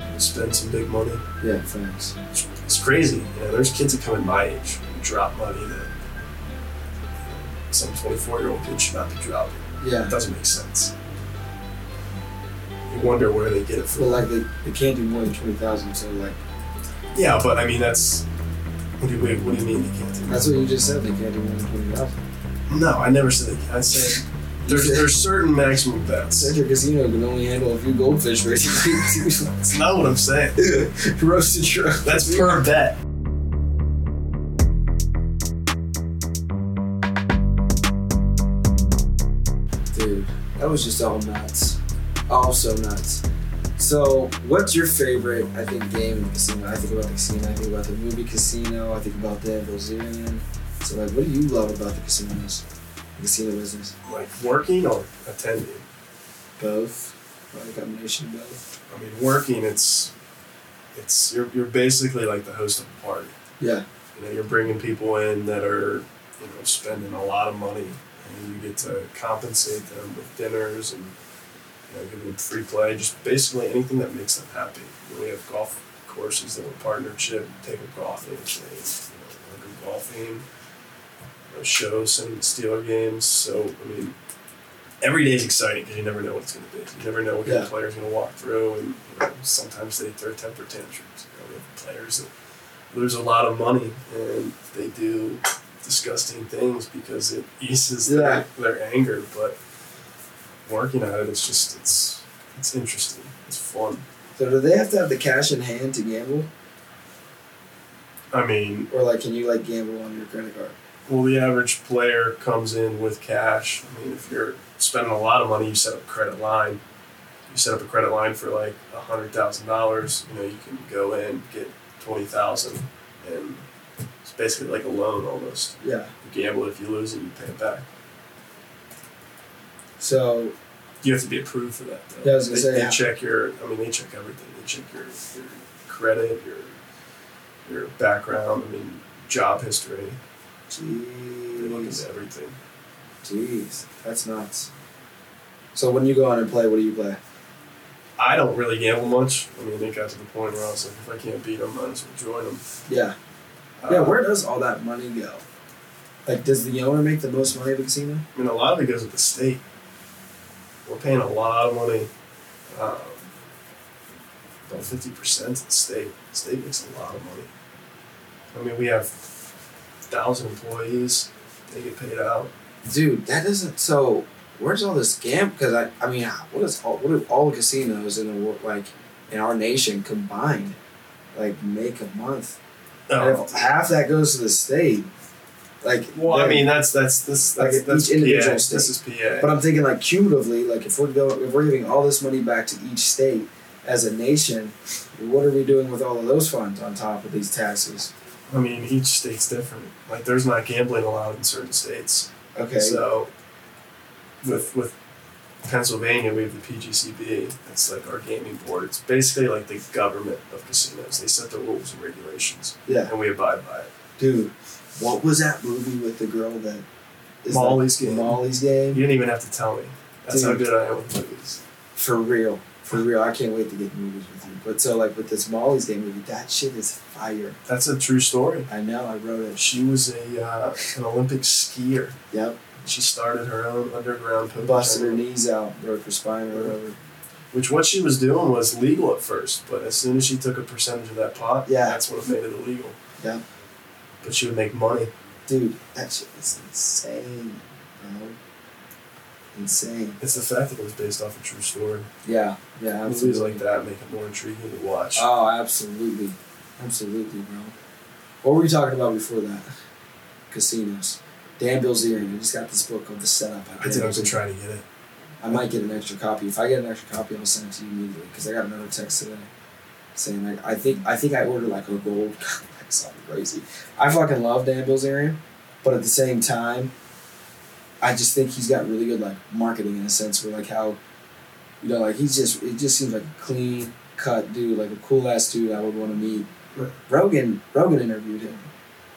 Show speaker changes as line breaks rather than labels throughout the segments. and spend some big money.
Yeah, thanks.
It's crazy. You know, there's kids that come in my age and drop money that some 24 year old kid should not be dropping. It
Yeah.
doesn't make sense. You wonder where they get it
Well,
from.
like they, they can't do more than twenty thousand. So like
Yeah, but I mean that's. What do you wait? What do you mean they can't do?
that's what you just said. They can't do more than twenty thousand.
No, I never said they. Can't. I said there's there's certain maximum bets.
Said your casino can only handle a few goldfish basically.
That's not what I'm saying.
Roasted shrimp.
That's per bet.
Dude, that was just all nuts. All so nuts. So, what's your favorite, I think, game in the casino? I think about the casino, I think about the movie Casino, I think about Dan Bilzerian. So, like, what do you love about the casinos? The casino business?
Like working or attending.
Both? Probably a combination of both.
I mean, working it's it's you're you're basically like the host of a party.
Yeah.
You know, you're bringing people in that are you know spending a lot of money, and you get to compensate them with dinners and you know give them free play, just basically anything that makes them happy. You know, we have golf courses that were partnership, take a golfing, you know, we're golfing, a show, some Steeler games. So I mean, every day is exciting because you never know what it's going to be. You never know what your
Yeah.
player's going to walk through, and you know, sometimes they throw temper tantrums. You know, we have players that lose a lot of money and they do disgusting things because it eases
Yeah.
their, their anger. But working at it, it's just it's it's interesting. It's fun.
So, do they have to have the cash in hand to gamble?
I mean,
Or, like, can you, like, gamble on your credit card?
Well, the average player comes in with cash. I mean, if you're spending a lot of money, you set up a credit line. You set up a credit line for like a hundred thousand dollars. You know, you can go in get twenty thousand, and it's basically like a loan almost.
Yeah.
You gamble if you lose it, you pay it back.
So,
You have to be approved for that. Though.
Yeah, I was gonna
they,
say,
they
yeah.
check your. I mean, they check everything. They check your, your credit, your your background. I mean, job history. They look
jeez.
into everything.
Jeez. That's nuts. So, when you go on and play, what do you play?
I don't really gamble much. I mean, it got to the point where I was like, if I can't beat them, might as well join them.
Yeah. Yeah, where does all that money go? Like, does the owner make the most money at the casino?
I mean, a lot of it goes with the state. We're paying a lot of money. Um, about fifty percent to the state. The state makes a lot of money. I mean, we have thousand employees. They get paid out.
Dude, that doesn't. So, where's all this scam? Because I, I mean, what is all, what do all casinos in the world, like, in our nation combined, like, make a month? And if half that goes to the state, like,
Um, well, I
then-
mean, that's that's this
Like
that's,
at
that's
each individual
PA.
state.
This is PA.
But I'm thinking like cumulatively, like if we're going, if we're giving all this money back to each state as a nation, what are we doing with all of those funds on top of these taxes?
I mean, each state's different. Like, there's not gambling allowed in certain states.
Okay,
So with with Pennsylvania, we have the PGCB. That's like our gaming board. It's basically like the government of casinos. They set the rules and regulations,
yeah.
and we abide by it.
Dude, what was that movie with the girl that is
Molly's
like
game.
Molly's
You
game?
didn't even have to tell me. That's how
Dude.
good I am with movies.
For real. For real. I can't wait to get movies with you. But so like with this Molly's game movie, that shit is fire.
That's a true story.
I know, I wrote it.
She was a uh, an Olympic skier.
Yep.
She started her own underground poker
Busted her
tournament,
knees out, broke her spine or whatever.
which what she was doing was legal at first, but as soon as she took a percentage of that pot,
Yeah.
that's what made it illegal.
Yeah.
But she would make money.
Dude, that shit is insane, bro. Insane.
It's the fact that it was based off a true story.
Yeah, yeah,
Movies
absolutely.
like that make it more intriguing to watch.
Oh, absolutely. Absolutely, bro. What were we talking about before that? Casinos. Dan Bilzerian. I just got this book called The Setup. by
I
Dan
did have to
Bilzerian.
try to get it.
I might get an extra copy. If I get an extra copy, I'll send it to you immediately because I got another text today saying like I think I think I ordered like a gold like something crazy. I fucking love Dan Bilzerian, but at the same time, I just think he's got really good like marketing in a sense where like how you know like he's just it just seems like a clean cut dude like a cool ass dude I would want to meet.
Right.
Rogan Rogan interviewed him.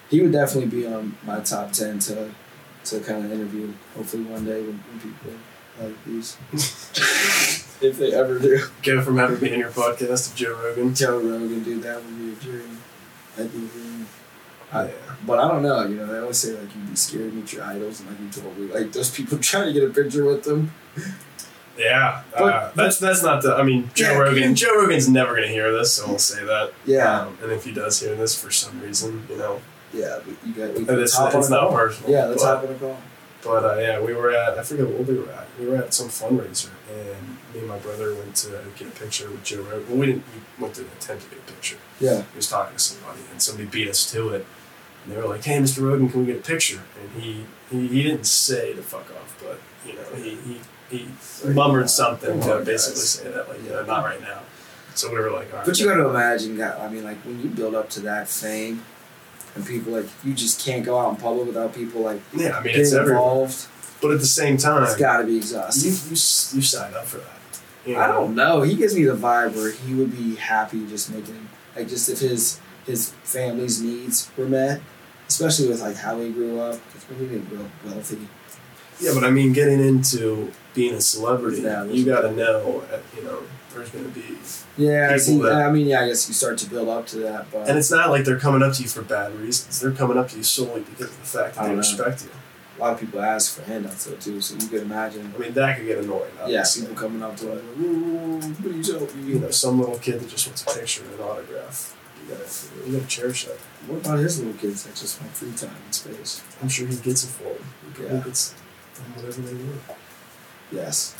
He would definitely be on my top ten to to kind of interview. Hopefully one day when, when people like these. if they ever do.
Go from having me in your podcast to Joe Rogan.
Joe Rogan, dude, that would be a dream. That'd be a dream. I-
yeah.
But I don't know, you know, they always say like you'd be scared to meet your idols and like you totally like those people trying to get a picture with them.
Yeah, uh,
But-
that's that's not the. I mean, Joe
Yeah.
Rogan. Joe Rogan's never gonna hear this, so we'll say that.
Yeah.
Um, and if he does hear this for some reason, you know,
Yeah, but you got we
and
can
it's,
hop on
it's
a
not
call.
personal.
Yeah, let's
but,
hop on a call.
But uh, yeah, we were at. I forget what we were at. We were at some fundraiser, and me and my brother went to get a picture with Joe Rogan. Well, we didn't. We went to attempt to get a picture.
Yeah.
He was talking to somebody, and somebody beat us to it. And they were like, "Hey, Mr. Rogan, can we get a picture?" And he he, he didn't say to fuck off, but you know he he, he mummered something
Come
to
on,
basically
guys.
say that like, "Yeah, not right now." So we were like, "All right."
But you got to imagine, God, I mean, like when you build up to that fame, and people like you just can't go out in public without people like
yeah, I mean,
getting
it's everywhere.
involved.
But at the same time,
It's got to be
you
exhausting.
you you sign up for that. You
I
know?
don't know. He gives me the vibe where he would be happy just making like just if his his family's needs were met, especially with like how he grew up. Because we didn't grow up wealthy.
Yeah, but I mean, getting into being a celebrity,
Yeah,
you got to know, uh, you know, there's going to be,
Yeah, I see,
People that-
I mean, yeah, I guess you start to build up to that, but
and it's not like they're coming up to you for bad reasons. They're coming up to you solely because of the fact that
I
they
don't know.
respect you.
a lot of people ask for handouts though too, so you could imagine.
I mean, that could get annoying.
Yeah,
Obviously.
people coming up to
But,
us.
ooh,
What are you telling me?
you know, some little kid that just wants a picture and an autograph. You gotta, you gotta cherish that.
What about his little kids that just want free time and space?
I'm sure he gets it for them. He probably
Yeah.
gets them whatever they want.
Yes.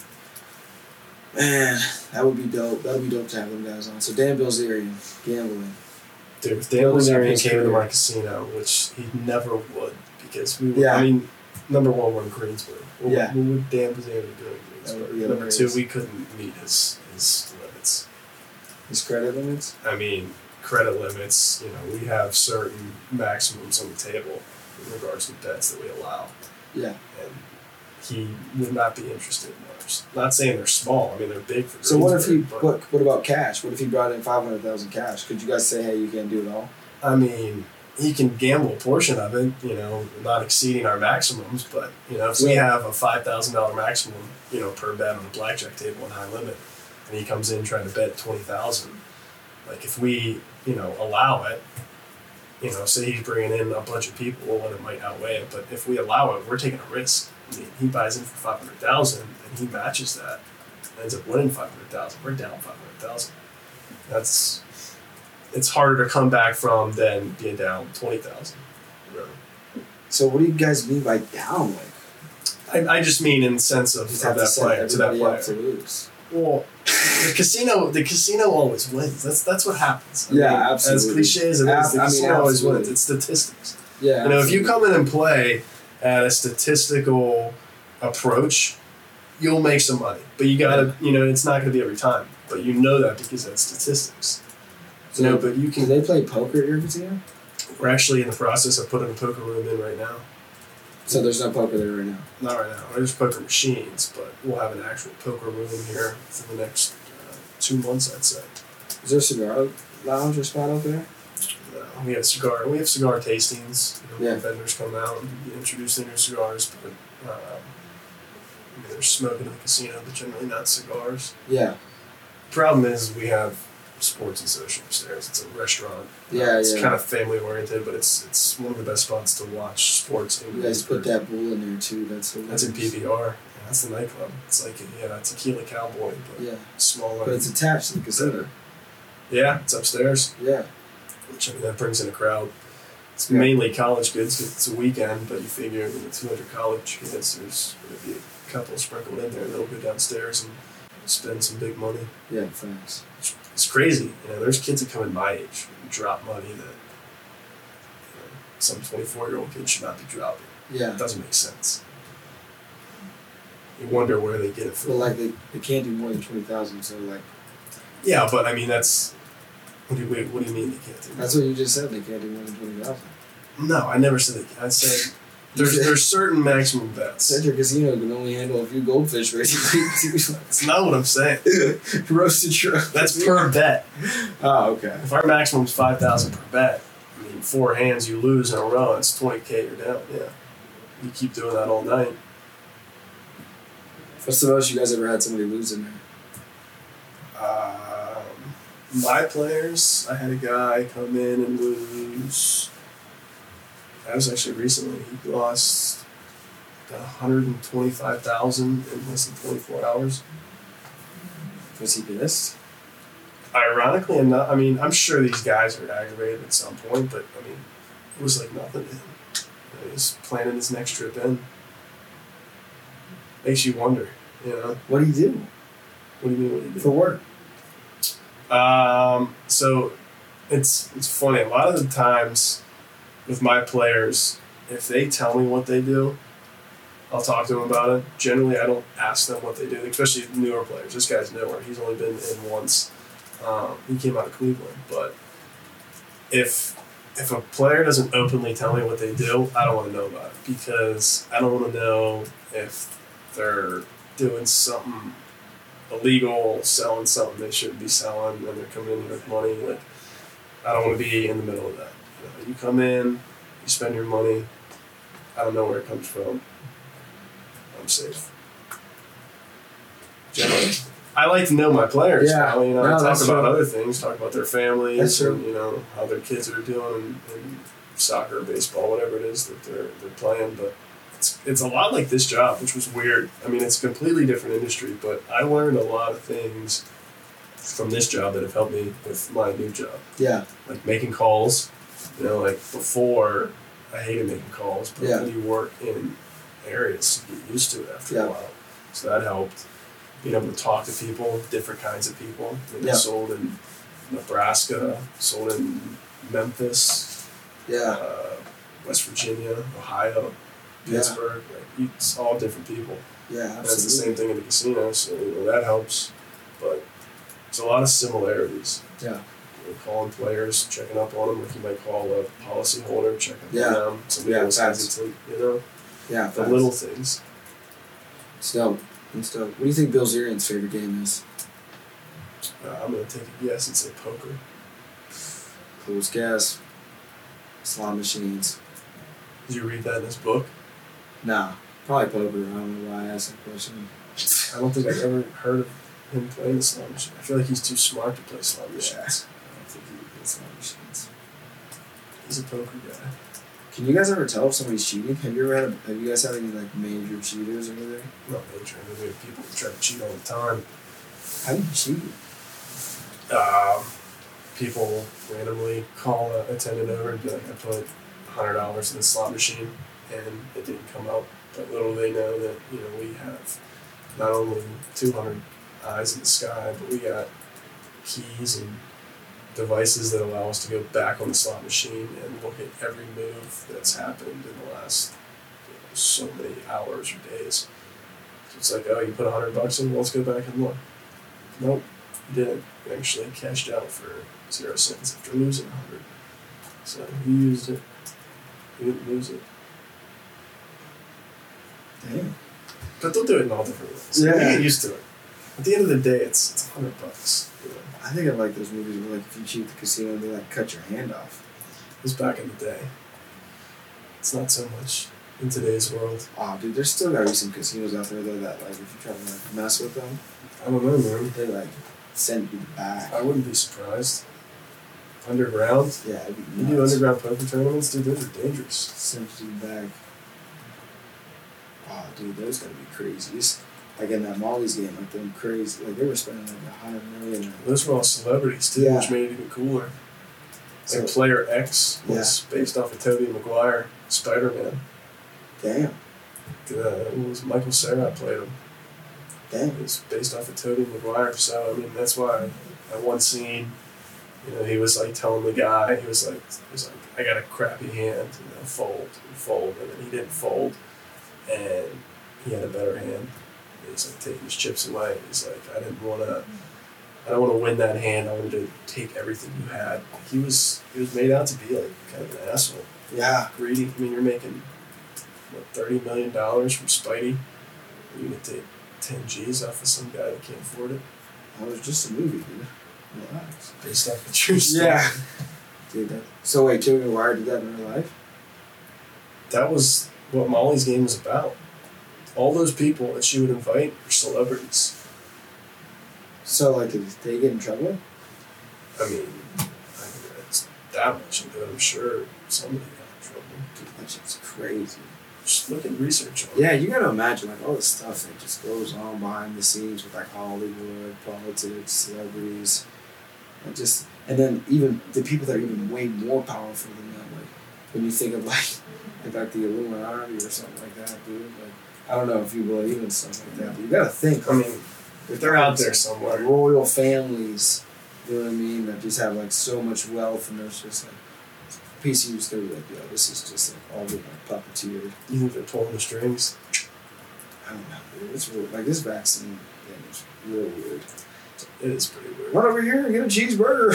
Man, that would be dope. That would be dope to have them guys on. So Dan Bilzerian, gambling.
Dude, if Dan
Those are
Bilzerian
his
came into my
career.
casino, which he never would, because we were,
Yeah.
I mean, number one, we're in Greensboro. What,
Yeah.
what would Dan Bilzerian be doing in
That would
Greensboro?
be
number two,
hilarious.
we couldn't meet his, his limits.
His credit limits.
I mean, credit limits, you know, we have certain maximums on the table in regards to bets that we allow.
Yeah.
And he would not be interested in those. Not saying they're small, I mean, they're big for
So what if he?
Greensboro, but-
What What about cash? What if he brought in five hundred thousand cash? Could you guys say, hey, you can't do it all?
I mean, he can gamble a portion of it, you know, not exceeding our maximums. But you know, if we
Yeah.
have a five thousand dollar maximum, you know, per bet on the blackjack table and high limit, and he comes in trying to bet twenty thousand, like if we, you know, allow it, you know, say he's bringing in a bunch of people and it might outweigh it, but if we allow it, we're taking a risk. I mean, he buys in for five hundred thousand and he matches that, ends up winning five hundred thousand. We're down five hundred thousand. That's it's harder to come back from than being down twenty thousand.
So what do you guys mean by down? Like
I, I just mean in the sense of,
just
of
have to
that
set
player to that
everybody
player.
up to lose.
Well, the casino, the casino always wins. That's that's what happens.
Yeah,
mean, As
absolutely.
cliche as it is,
Ab-
the
I mean,
casino always
absolutely.
wins. It's statistics.
Yeah.
You know, if you
absolutely.
come in and play at a statistical approach, you'll make some money. But you gotta, you know, it's not gonna be every time. But you know that because that's statistics.
So
You know, but you
do
can.
they play poker at your casino?
We're actually in the process of putting a poker room in right now.
So there's no poker there right now.
Not right now. There's poker machines, but we'll have an actual poker room here for the next uh, two months, I'd say.
Is there a cigar lounge or spot out there?
Uh, we have cigar. We have cigar tastings. You know,
Yeah.
Vendors come out and introduce their new cigars, but um, I mean, they're smoking in the casino, but generally not cigars.
Yeah.
Problem is, we have sports and social upstairs. It's a restaurant.
Yeah.
It's
yeah.
kind of family oriented, but it's it's one of the best spots to watch sports. in
You guys put
Greensburg.
that bull in there too. That's
That's
hilarious.
in PBR. That's the nightclub. It's like a yeah, tequila cowboy, but
Yeah,
smaller.
but it's attached to the casino.
Yeah, it's upstairs,
Yeah,
which I mean, that brings in a crowd. It's
Yeah.
mainly college kids 'cause it's a weekend, but you figure with 200 college kids, there's going to be a couple sprinkled in there. They'll go downstairs and spend some big money.
yeah, thanks.
It's, it's crazy. You know, there's kids that come in my age and drop money that you know, some 24 year old kid should not be dropping.
Yeah,
It doesn't make sense. You wonder where they get it
but
from.
like they, they can't do more than twenty thousand. So like
Yeah, but I mean, that's. What do you, wait, what do you mean they can't do that?
that's what you just said. They can't do more than twenty thousand.
No, I never said that. I said there's
said-
there's certain maximum bets.
Said your casino can only handle a few goldfish raising two
That's not what I'm saying.
roasted shrimp.
That's per bet.
Oh, okay.
If our maximum's five thousand per bet, I mean four hands you lose in a row, it's twenty k you're down. Yeah, you keep doing that all night.
What's the most you guys ever had somebody lose in there?
Um, my players, I had a guy come in and lose. That was actually recently. He lost one hundred and twenty-five thousand in less than twenty-four hours.
Was he pissed?
Ironically enough, I mean, I'm sure these guys are aggravated at some point, but I mean, it was like nothing to him. You know, He's planning his next trip in. Makes you wonder, you know.
What do you do
What do you mean? What do you do?
for work?
Um, so it's it's funny. A lot of the times with my players, if they tell me what they do, I'll talk to them about it. Generally, I don't ask them what they do, especially newer players. This guy's newer. He's only been in once. Um, he came out of Cleveland, but if if a player doesn't openly tell me what they do, I don't want to know about it because I don't want to know if they're doing something illegal selling something they shouldn't be selling and they're coming in with money like i don't want to be in the middle of that you, know, you come in you spend your money i don't know where it comes from i'm safe generally i like to know my players
Yeah.
Now, you know
No,
I talk
that's
about
true.
other things talk about their families
That's true.
and you know how their kids are doing in, in soccer baseball whatever it is that they're, they're playing but it's, it's a lot like this job, which was weird. I mean, it's a completely different industry, but I learned a lot of things from this job that have helped me with my new job.
Yeah,
Like making calls, you know, like before I hated making calls, but
Yeah.
when you work in areas, you get used to it after
Yeah.
a while. So that helped. Being able to talk to people, different kinds of people. I mean, I
Yeah.
sold in Nebraska, sold in Memphis,
yeah,
uh, West Virginia, Ohio,
Yeah.
Pittsburgh. Like, it's all different people.
yeah.
And That's the
Absolutely.
same thing at the casino, so you know, that helps. But it's a lot of similarities.
Yeah.
You know, calling players, checking up on them, like you might call a policy holder, checking up
Yeah.
on them, somebody
Yeah,
else
facts.
hesitant, you know,
Yeah,
the
facts.
little things.
It's dope. It's dope. What do you think Bill Zerian's favorite game is?
Uh, I'm going to take a guess and say poker.
Close gas. Slot machines.
Did you read that in this book?
Nah, probably poker. I don't know why I asked that question.
I don't think I've ever heard of him playing the slot machine. I feel like he's too smart to play slot machines.
I don't think he would play slot machines.
He's a poker guy.
Can you guys ever tell if somebody's cheating? Have you ever had? Have you guys had any like major cheaters over there?
not major. I mean, we have people that try to cheat all the time.
How do you cheat?
Um, people randomly call a attendant over and be like, I put hundred dollars in the slot machine and it didn't come out. But little they know that you know we have not only two hundred eyes in the sky, but we got keys and devices that allow us to go back on the slot machine and look at every move that's happened in the last you know, so many hours or days. So it's like, oh, you put hundred bucks in, well, let's go back and look. Nope, you didn't. You actually cashed out for zero cents after losing hundred. So you used it. You didn't lose it.
Damn.
But they'll do it in all different ways.
Yeah.
You get used to it. At the end of the day, it's it's hundred bucks. You know,
I think I like those movies where like if you cheat at the casino, they like cut your hand off.
it was back in the day. It's not so much in today's world.
Oh, dude, there's still gotta be some casinos out there though that like if you try to like mess with them,
I don't know, man.
they like send you back.
I wouldn't be surprised. Underground.
Yeah, it'd be
You do
nuts.
underground poker tournaments, dude. Those are dangerous.
Send you back. Wow, dude, those gotta be crazies. Like in that Molly's game, like them crazy, like they were spending like a hundred million.
Those were all celebrities too,
Yeah.
which made it even cooler.
So,
like Player X was based off of Toby Maguire, Spider Man.
damn,
Uh, it was Michael Sarah played him.
damn.
It was based off of Toby Maguire, so I mean that's why at one scene, you know, he was like telling the guy, he was like, he was like, I got a crappy hand, you know, fold and fold, and then he didn't fold, and he had a better hand. He was like taking his chips away. He's like, I didn't want to, I don't want to win that hand. I wanted to take everything you had. He was he was made out to be like kind of an asshole
Yeah,
greedy. I mean, you're making what thirty million dollars from Spidey. You can take ten G's off of some guy that can't afford it,
that was just a movie, dude. Relax.
based off the true story.
Yeah. Dude, that, so wait, Toby Maguire did that in real life?
that was what Molly's game was about. all those people that she would invite are celebrities.
So like, did they get in trouble?
I mean, I think that's that much of it. I'm sure somebody got in trouble.
Dude, that shit's crazy.
Just look at research on it.
Yeah, you gotta imagine like all the stuff that just goes on behind the scenes with like Hollywood, politics, celebrities, and just and then even the people that are even way more powerful than that. Like when you think of like like, like the Illuminati or something like that, dude. Like I don't know if you believe in stuff like that, but you gotta think.
I mean,
if
they're out there
like
somewhere.
royal families, you know what I mean, that just have like so much wealth and there's just like piece of you just gonna be like, yo, this is just like all being like puppeteered.
You think they're pulling the strings?
I don't know, dude. It's weird. Like this vaccine thing is real weird.
It is pretty weird.
Run over here and get a cheeseburger.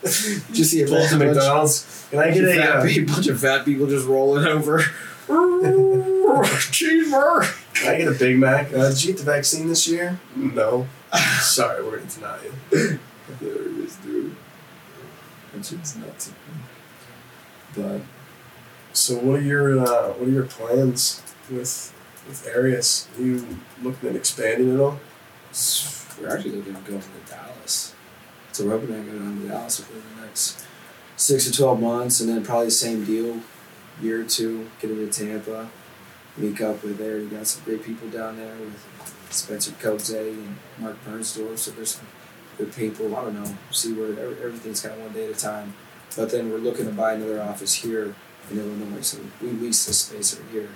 just see a
Pull
bunch,
to McDonald's. Can I get
bunch of
a?
fat
Uh,
pe- bunch of fat people just rolling over. cheeseburger.
can I get a Big Mac? Uh, did you get the vaccine this year? No. Sorry, we're gonna deny it.
There it is, dude. That shit's nuts. But
So what are your uh, what are your plans with with Arius? Are you looking at expanding at all?
we're actually looking at going to Dallas. So we're hoping to go down to Dallas within the next six to twelve months, and then probably same deal, year or two, get into Tampa, meet up with there. You got some great people down there with Spencer Cobze and Mark Bernsdorf. So there's some good people. I don't know. See where ev- everything's kind of one day at a time. But then we're looking to buy another office here in Illinois. So we lease this space right here,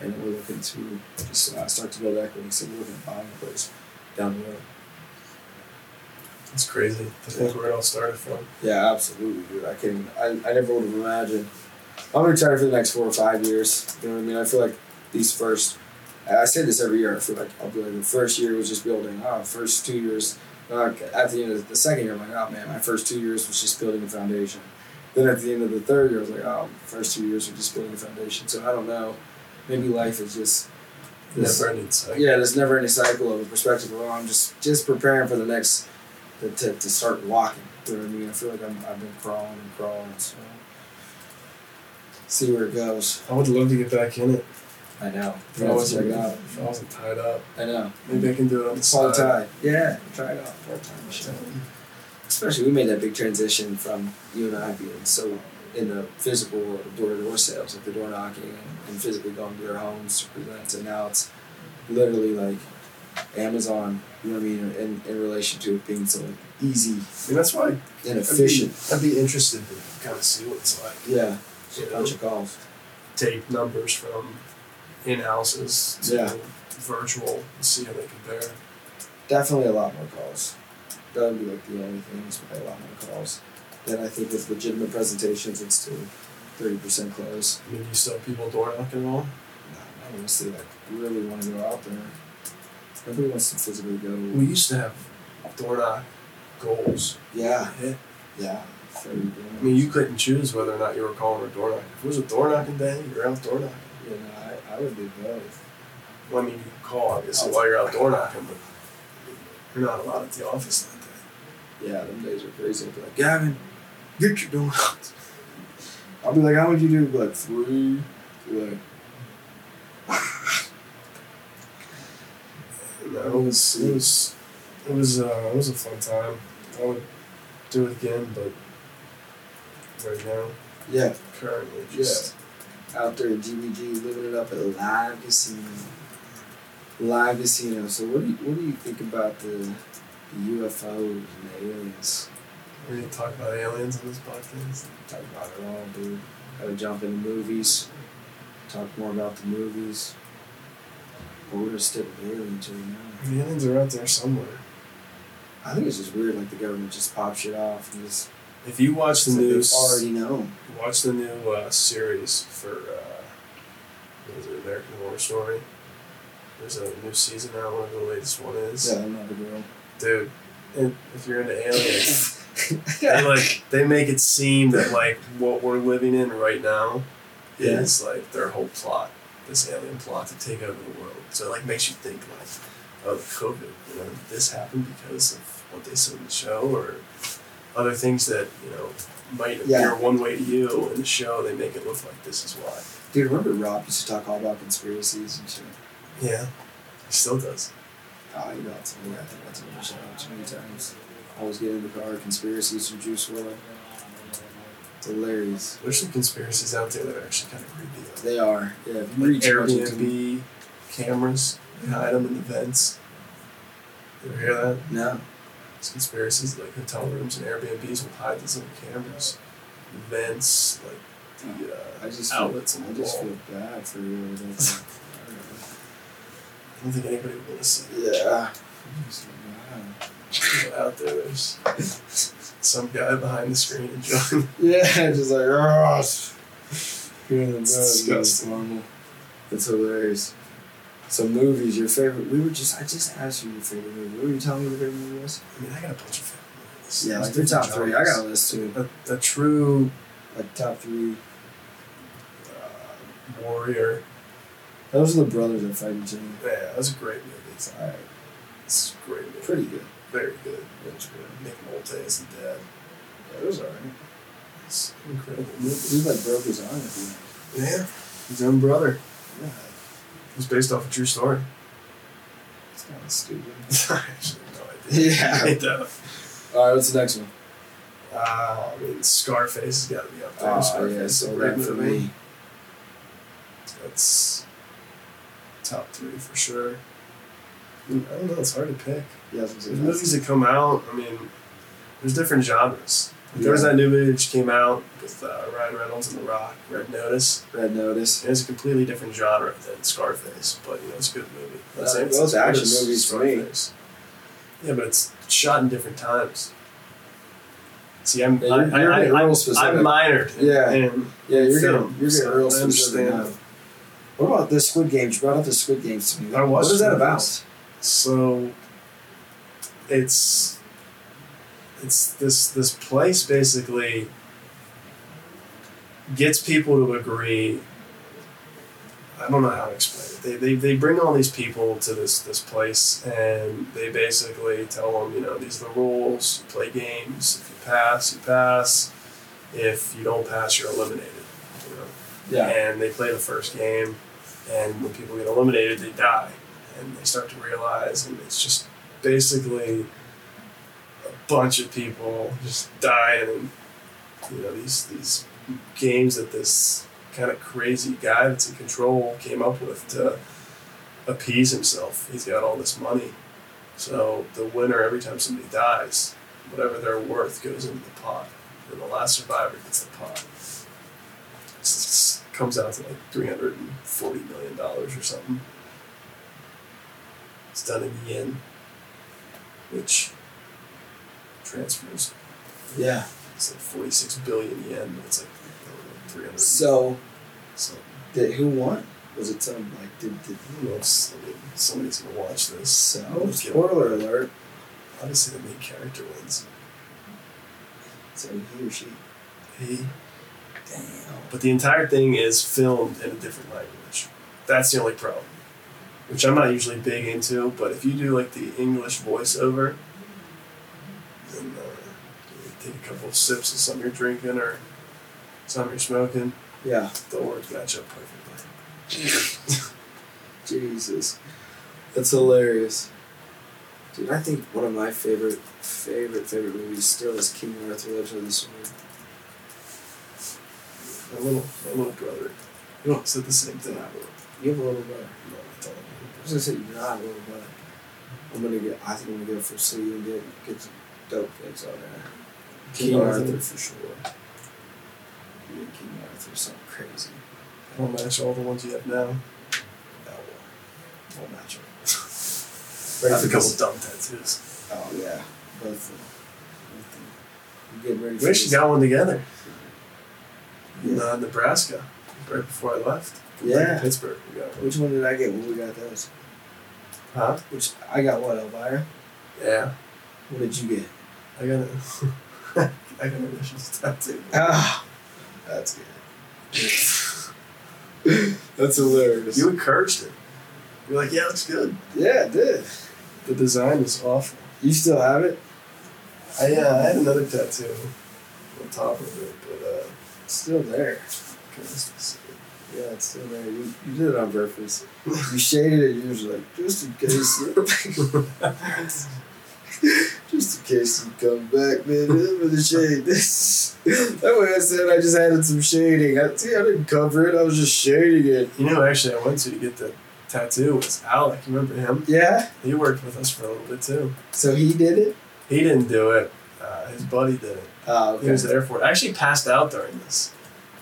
and we're looking to just uh, start to build equity. So we're looking at buying a place down the road.
It's crazy to think where it all started from.
Yeah, absolutely, dude. I can. I, I never would have imagined. I'm gonna retire for the next four or five years. You know what I mean? I feel like these first. I say this every year. I feel like I'll be like the first year was just building. Oh, first two years. Like at the end of the second year, I'm like, oh man, my first two years was just building a foundation. Then at the end of the third year, I was like, oh, first two years were just building a foundation. So I don't know. Maybe life is just. this-
Never ended. So.
yeah, there's never any cycle of a perspective. Well, I'm just just preparing for the next to, to, to start walking. You know what I mean? I feel like I'm, I've been crawling and crawling. So see where it goes.
I would love to get back in it.
I know.
If I
Yeah, check
wasn't,
it out.
if I wasn't tied up,
I know.
maybe I can do it on the side.
Part time. Yeah, try it out part time. Sure. Especially we made that big transition from you and I being so in the physical door to door sales, like the door knocking and, and physically going to their homes to present. And now it's literally like Amazon, you know what I mean, in, in relation to it being so like easy
I mean, that's why I'd
and
be,
efficient.
I'd be interested to kind of see what it's like.
Yeah,
You
a
know,
bunch of calls.
take numbers from in houses to
Yeah.
virtual and see how they compare.
Definitely a lot more calls. That would be like the only thing is probably a lot more calls. Then I think with legitimate presentations, it's still 30% close.
I mean, do you still have people door knocking at all?
I honestly like really want to go out there. Everybody wants to physically go.
We used to have door knock goals.
Yeah,
Yeah.
yeah. So you go.
I mean, you couldn't choose whether or not you were calling or door knocking. If it was a door knocking day, you're out door knocking.
You know, I, I would do both.
Well, I mean, you can call obviously while you're out door knocking, but you're not allowed at the office that day.
Yeah, them days are crazy. I'd be like, Gavin, get your donuts. I'll be like, how would you do? He'd be like three. He'd be like,
And that was it was it was uh, it was a fun time. I would do it again, but right now,
yeah,
currently, just
out there at GBG, living it up at live casino. Live casino. So what do you, what do you think about the, the UFOs and the aliens?
we're gonna talk about aliens on this podcast.
talk about it all, dude. I would jump into movies, talk more about the movies. But we're just sticking with alien until we know.
The aliens are out there somewhere.
I think it's just weird, like the government just pops shit off and just
If you watch the
it's like they
news,
already know.
watch the new uh, series for uh, what is it, American Horror Story. There's a new season out. Whatever the latest one is,
Yeah, I'm not a girl.
dude. And if you're into aliens. they like they make it seem that like what we're living in right now
Yeah.
is like their whole plot, this alien plot to take over the world. So it like makes you think like of COVID, you know, this happened because of what they said in the show or other things that, you know, might appear
Yeah.
one way to you in the show, they make it look like this is why.
Dude, remember Rob used to talk all about conspiracies and shit.
Yeah. He still does.
Oh, you know, it's me. I think that's another shout out too many times. I always get in the car, conspiracies from Juice WRLD. It's hilarious.
There's some conspiracies out there that are actually kind of creepy though.
They are. Yeah, if you
Like
read too much into them-
Airbnb cameras, they hide them in the vents. You ever hear that?
No.
It's conspiracies like hotel rooms and Airbnbs will hide these little cameras, vents, like the uh,
I just feel,
outlets
I
on the
just
wall.
feel bad for you. That's,
I don't think anybody would want to see
yeah.
it. But out there. There's some guy behind the screen enjoying.
Yeah, just like, oh, you're in the
It's disgusting.
normal. That's hilarious. So movies, your favorite? We were just, I just asked you your favorite movie. What were you telling me your favorite movie was?
I mean, I got a bunch of favorite movies.
Yeah, like your
There's
top
different
three. I got a list too.
genres. a, a true
Like top three.
uh, warrior.
Those are the brothers that fight each other.
Yeah, that's a great movie. It's,
All right,
it's a great movie.
pretty good.
Very good.
That's good.
Nick Nolte is the dad.
Yeah, it was alright.
It's an incredible
He
movie.
like broke his arm. At the end.
Yeah, his own brother.
Yeah,
It's based off a true story.
it's kind of stupid.
I actually have no idea.
Yeah.
Made that up.
All right, what's the next one?
Uh, I mean, Scarface has got to be up there.
Oh,
Scarface
yeah,
is
so
a great
that for
movie.
me.
That's top three for sure. I mean, I don't know. It's hard to pick.
Yeah, I was gonna say
There's
that.
movies that come out. I mean, there's different genres. Like, There was that new movie which came out with uh, Ryan Reynolds and The Rock, Red Notice.
Red Notice.
And it's a completely different genre than Scarface, but you know it's a good movie.
Uh,
That's it.
those
It's as good
action
as
movies for me.
Scarface. Yeah, but it's shot in different times. See, I'm
Yeah, you're-
I,
you're
I,
getting
I,
real
I'm,
specific.
I'm minored. in-
Yeah.
in
Yeah, you're
film,
getting, you're getting
so
real
I
specific.
understand.
now. What about the Squid Games? You brought up the Squid Games to me.
I watched
What is that
it.
about?
So it's it's this this place basically gets people to agree. I don't know how to explain it. They, they, they bring all these people to this this place and they basically tell them, you know, these are the rules, you play games, if you pass, you pass. If you don't pass, you're eliminated. You know?
Yeah.
and they play the first game, and when people get eliminated, they die, and they start to realize, and it's just basically a bunch of people just dying, and you know these these games that this kind of crazy guy that's in control came up with to appease himself. He's got all this money, so the winner every time somebody dies, whatever they're worth goes into the pot, and the last survivor gets the pot s- comes out to like three hundred and forty million dollars or something. It's done in yen, which transfers
Yeah.
it's like forty six billion yen, but it's like three hundred.
So,
so
did, who won? Was it some, like, did, did
I don't know if s- I mean, somebody's gonna watch this.
so?
Look it up.
Spoiler alert.
Obviously, the main character wins.
So he or she.
He,
Damn.
but the entire thing is filmed in a different language. That's the only problem, which I'm not usually big into. But if you do like the English voiceover, and uh, you take a couple of sips of something you're drinking or something you're smoking,
Yeah.
the words match up perfectly.
Jesus. That's hilarious. Dude, I think one of my favorite, favorite, favorite movies still is King Arthur Legend of the Sword.
My little, my little brother, he once said the same thing.
You have a little uh, brother.
No, I told him.
I was gonna say you're not a little brother. I'm gonna get. I think I'm gonna go for C and get get some dope fix on there. King, Arthur. for sure. Yeah, King Arthur, something crazy.
I'll match all the ones you have now.
That will will match up.
I
Ready
have
for
a couple
this?
dumb tattoos.
Oh yeah, both. of them. I'm getting ready for
We actually
this.
got one together in
Yeah.
uh, Nebraska right before I left.
Yeah.
Pittsburgh. We got one.
Which one did I get? When we got those?
Huh?
Which I got what Elvira?
Yeah.
What did you get?
I got a. I got an initial tattoo.
Ah, that's good. that's hilarious.
You encouraged it. You're like, yeah, it's good.
yeah, it did.
The design is awful.
You still have it?
I uh, I had another tattoo on top of it, but uh,
It's still there.
kinda still see it.
Yeah, it's still there. You, you did it on purpose. You shaded it. You was like, just in case. just in case you come back, man. I'm gonna shade this. That way I said I just added some shading. I, see, I didn't cover it. I was just shading it.
You know, actually, I went to to get the tattoo was Alec. You remember him?
Yeah.
He worked with us for a little bit too.
So he did it.
He didn't do it. Uh, his buddy did it.
Oh,
He
okay.
was there for it. I actually passed out during this.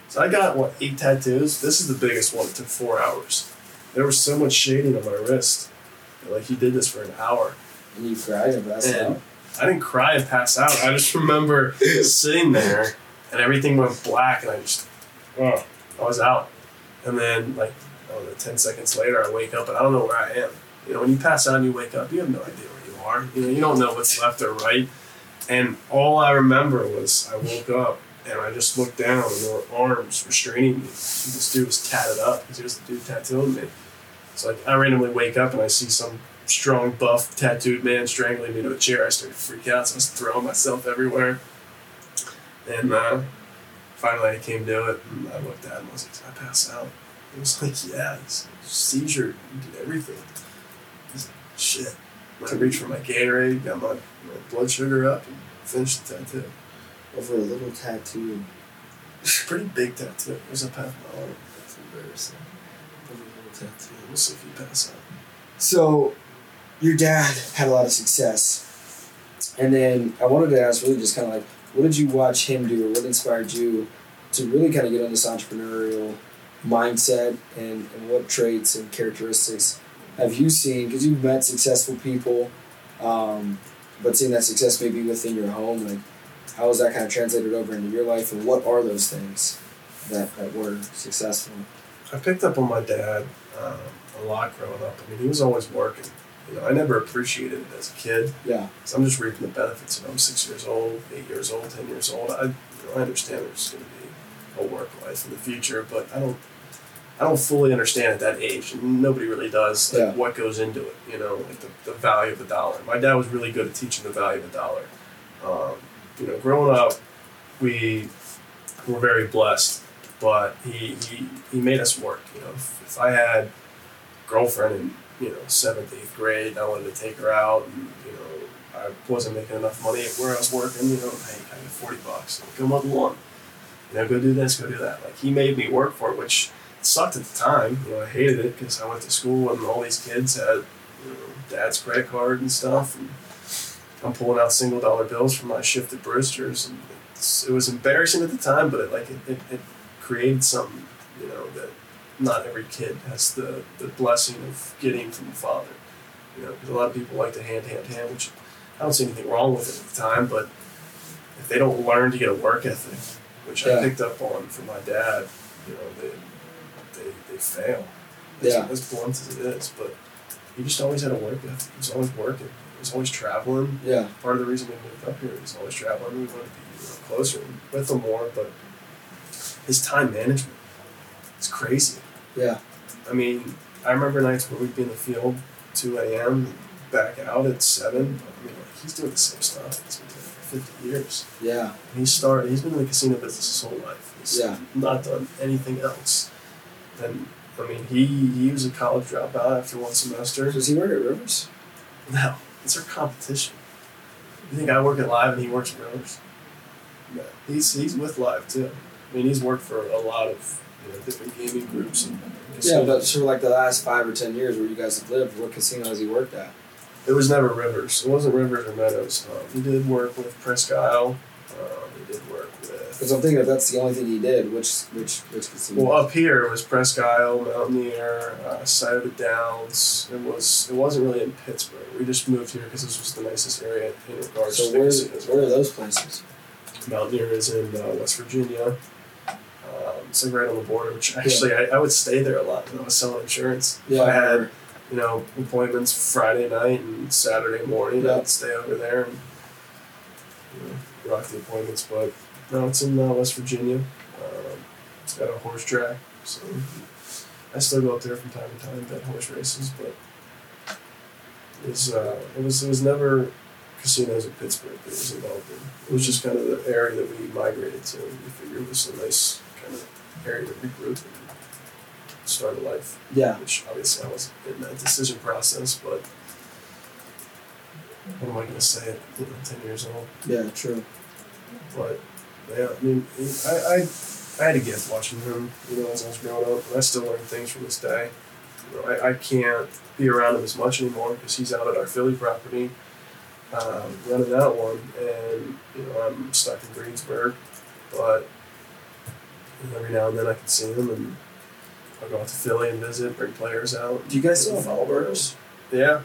So I got what eight tattoos. This is the biggest one. It took four hours. There was so much shading on my wrist. Like he did this for an hour.
And you cried and passed
And
out.
I didn't cry and pass out. I just remember sitting there and everything went black and I just, oh, I was out. And then like, I don't know, 10 seconds later, I wake up and I don't know where I am. You know, when you pass out and you wake up, you have no idea where you are. You know, you don't know what's left or right. And all I remember was I woke up and I just looked down and there were arms restraining me. This dude was tatted up because he was the dude tattooing me. So like, I randomly wake up and I see some strong, buff, tattooed man strangling me to a chair. I started to freak out, so I was throwing myself everywhere. And uh, finally, I came to it, and I looked at him. I was like, "Did I pass out?" He was like, "Yeah, it's seizure. You did everything." I was like, "Shit." I reached for my Gatorade, got my, my blood sugar up, and finished the tattoo.
Over a little tattoo.
It's a pretty big tattoo. It was a half my arm.
That's embarrassing. Over a little tattoo.
We'll see if you pass out.
So, your dad had a lot of success, and then I wanted to ask, really, just kind of like, what did you watch him do, or what inspired you to really kind of get on this entrepreneurial mindset, and, and what traits and characteristics have you seen? Because you've met successful people, um, but seeing that success maybe within your home, like, how is that kind of translated over into your life, and what are those things that, that were successful?
I picked up on my dad um, a lot growing up. I mean, he was always working. You know, I never appreciated it as a kid.
Yeah.
So I'm just reaping the benefits. of it. I'm six years old, eight years old, ten years old. I, you know, I understand there's going to be a work life in the future, but I don't. I don't fully understand at that age, and nobody really does, like
Yeah.
what goes into it, you know, like the, the value of a dollar. My dad was really good at teaching the value of a dollar. Um, you know, growing up, we were very blessed, but he, he, he made us work. You know, if, if I had a girlfriend in, you know, seventh, eighth grade, and I wanted to take her out and, you know, I wasn't making enough money at where I was working, you know, hey, I get 40 bucks, go mow the lawn, you know, go do this, go do that. Like, he made me work for it, which sucked at the time. You know, I hated it because I went to school and all these kids had, you know, dad's credit card and stuff, and I'm pulling out single dollar bills from my shift at Brewster's, and it's, it was embarrassing at the time, but it, like, it, it, it created something, you know, that not every kid has the, the blessing of getting from the father. You know, 'cause a lot of people like to hand, hand, hand, which I don't see anything wrong with it at the time, but if they don't learn to get a work ethic, which
Yeah.
I picked up on from my dad, you know, they they, they fail. As,
Yeah.
as blunt as it is, but he just always had a work ethic. He was always working. He was always traveling.
Yeah.
Part of the reason we moved up here is always traveling. We wanted to be you know, closer with him more, but his time management is crazy.
Yeah.
I mean, I remember nights where we'd be in the field, two a.m. Back out at seven. I mean, like, he's doing the same stuff. He's been doing it for fifty years.
Yeah.
He started. He's been in the casino business his whole life. He's
Yeah.
not done anything else. And I mean, he he was a college dropout after one semester.
Does he work at Rivers?
No, it's our competition. You think I work at Live and he works at Rivers? No, he's he's with Live too. I mean, he's worked for a lot of you know, different gaming groups and
Yeah, but for like the last five or ten years where you guys have lived, what casino has he worked at?
It was never Rivers. It wasn't Rivers or Meadows. Um, he did work with Presque Isle. Um, he did work with.
Because I'm thinking if that's the only thing he did, which which which casino?
Well, up here it was Presque Isle, Mountaineer, uh, Side of the Downs. It was. It wasn't really in Pittsburgh. We just moved here because this was the nicest area in regards
so
to the
where,
casinos.
where are those places?
Mountaineer is in uh, West Virginia. Um, so right on the border, which actually I, I would stay there a lot when I was selling insurance. If I had, you know, appointments Friday night and Saturday morning,
Yeah.
I'd stay over there and you know, rock the appointments. But no, it's in uh, West Virginia. Um, it's got a horse track, so I still go up there from time to time to bet horse races. But it's, uh, it was it was never casinos in Pittsburgh that was involved in. It was just kind of the area that we migrated to. and We figured it was a nice kind of area to regroup and start of life,
Yeah.
which obviously I wasn't in that decision process, but what am I going to say at you know, 10 years old?
Yeah. True.
But yeah, I mean, I, I, I had a gift watching him, you know, as I was growing up, and I still learn things from this day. You know, I, I can't be around him as much anymore because he's out at our Philly property, um, running that one, and you know I'm stuck in Greensburg, but you know, every now and then I can see him, and I'll go out to Philly and visit, bring players out.
Do you guys still have Allbirds?
Yeah.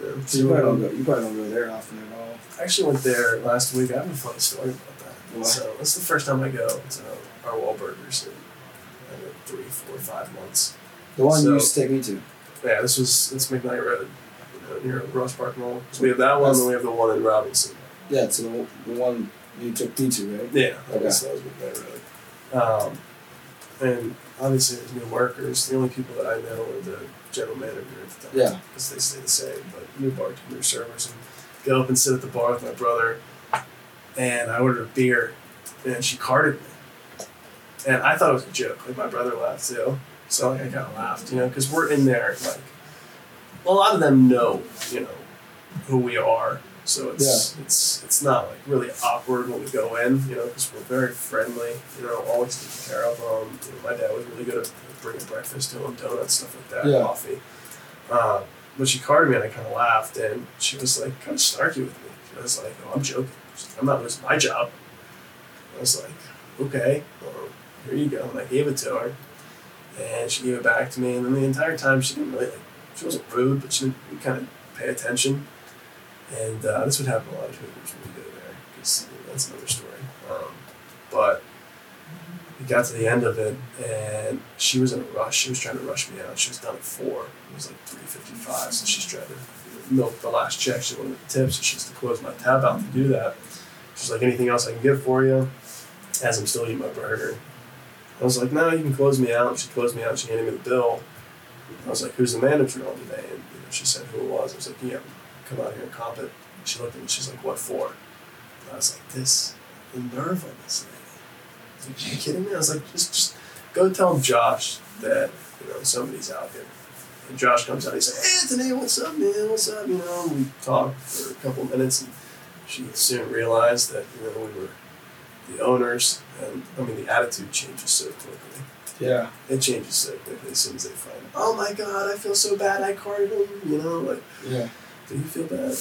Yeah.
So you probably don't go. You probably don't go there often at all.
I actually went there last week. I have a funny story about that.
What?
So that's the first time I go to our Wahlburgers in I don't know, three, four, five months.
The one
So-
you used to take me to.
Yeah, this was it's McKnight Road, you know, near Ross Park Mall. So we have that one, and we have the one in Robinson.
Yeah. To the, the one you took me to, right?
Yeah,
Okay.
so that was McKnight Road. Um, and obviously, there's new workers. The only people that I know are the general manager at the time.
Yeah.
because they stay the same. But new bartender servers and go up and sit at the bar with my brother, and I ordered a beer, and she carded me, and I thought it was a joke. Like my brother laughed too, so like I kind of laughed, you know, because we're in there like a lot of them know, you know, who we are. So it's it's it's not like really awkward when we go in, you know, because we're very friendly, you know, always taking care of them. You know, my dad was really good at bringing breakfast to them, donuts, stuff like that,
Yeah.
coffee. Um, when she carded me, and I kind of laughed, and she was like, kind of snarky with me. I was like, "Oh, I'm joking. She's like, I'm not losing my job." I was like, "Okay, well, here you go." And I gave it to her, and she gave it back to me. And then the entire time, she didn't really like. She wasn't rude, but she didn't kind of pay attention. And uh, this would happen a lot of Hooters when we go there, because that's another story. Um, but we got to the end of it, and she was in a rush. She was trying to rush me out. She was done at four. It was like three fifty-five, so she's trying to milk the last check. She wanted the tip, so she's to close my tab out to do that. She's like, "Anything else I can get for you?" As I'm still eating my burger, I was like, "No, you can close me out." She closed me out. She handed me the bill. I was like, "Who's the manager on today?" And you know, she said who it was. I was like, "Yeah, come out here and comp it." She looked at me. She's like, "What for?" And I was like, "This, the nerve on this lady." I was like, Are you kidding me? I was like, just, just go tell Josh that, you know, somebody's out here. And Josh comes out, he's like, Hey Anthony, what's up, man? What's up? You know, we talked for a couple minutes and she soon realized that, you know, we were the owners and I mean the attitude changes so quickly.
Yeah.
It changes so quickly as soon as they find out. Oh my god, I feel so bad I carded him, you know, like
Yeah.
do you feel bad?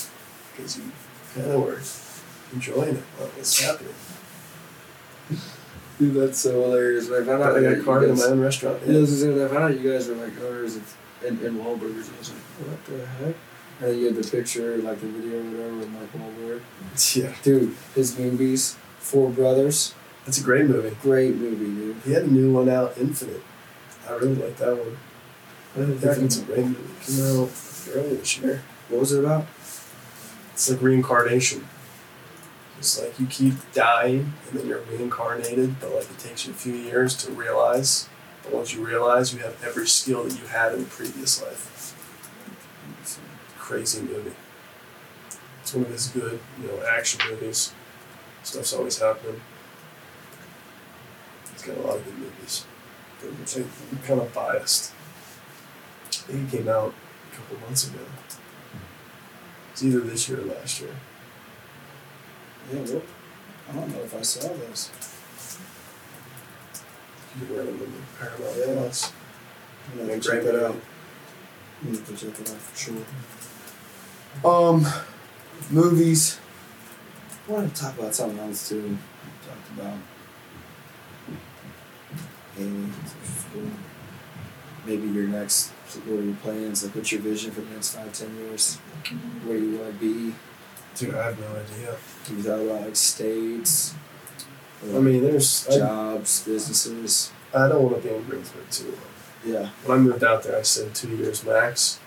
Because you kind of were enjoying it while it was happening.
Dude, that's so hilarious. When I found out
Uh, I
that
got
you
carded in
guys-
my own restaurant.
Yeah, I was gonna say, when I found out you guys were like owners of and, and Wahlburgers. I was like, what the heck? And then you had the picture, like the video or whatever with Mike Wahlberg.
Yeah,
Dude, his movies, Four Brothers,
that's a great movie.
great movie, dude.
He had a new one out, Infinite. I really like that one.
What the heck?
Infinite's a great movie. It Came out earlier this year.
What was it about?
It's like reincarnation. It's like you keep dying and then you're reincarnated, but like it takes you a few years to realize. But once you realize, you have every skill that you had in the previous life. Crazy movie. It's one of his good, you know, action movies. Stuff's always happening. He's got a lot of good movies. But it's like, I'm kind of biased. I think he came out a couple months ago. It's either this year or last year.
Yeah, well, I don't know if I saw this.
You can wear them in the Paramount
Yeah.
Plus.
I'm gonna
Great
check that
movie.
out. I'm gonna have to check that out for sure. Um, movies. I wanted to talk about something else too. We talked about aliens, which is cool. Maybe your next, what are your plans? Like, what's your vision for the next five, ten years? Where do you want to be?
Dude, I have no idea.
Can you talk about like states? Or,
I mean, there's. I,
jobs, businesses.
I don't want to be in Greensburg too long.
Yeah,
When I moved out there, I said two years max.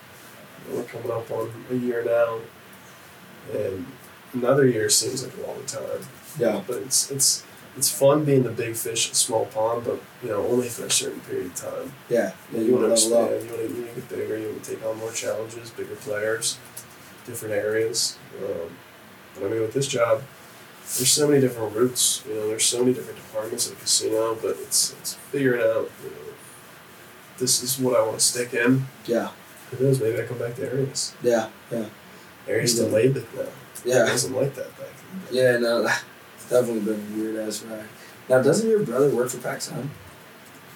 We're coming up on a year now, and another year seems like a long time.
yeah,
But it's it's it's fun being the big fish in a small pond, but you know only for a certain period of time.
yeah. yeah
you want to
wanna
expand. You want to, you want to get bigger. You want to take on more challenges, bigger players, different areas. Um, but I mean, with this job, there's so many different routes. You know, there's so many different departments in the casino, but it's it's figuring out you know, this is what I want to stick in.
Yeah.
Who knows? Maybe I come back to Arius.
Yeah, yeah,
Arius
Yeah.
delayed it now. He
Hmm. yeah,
doesn't like that back. in the day.
yeah. No, that- it's definitely been a weird ass ride. Now, doesn't your brother work for PacSun?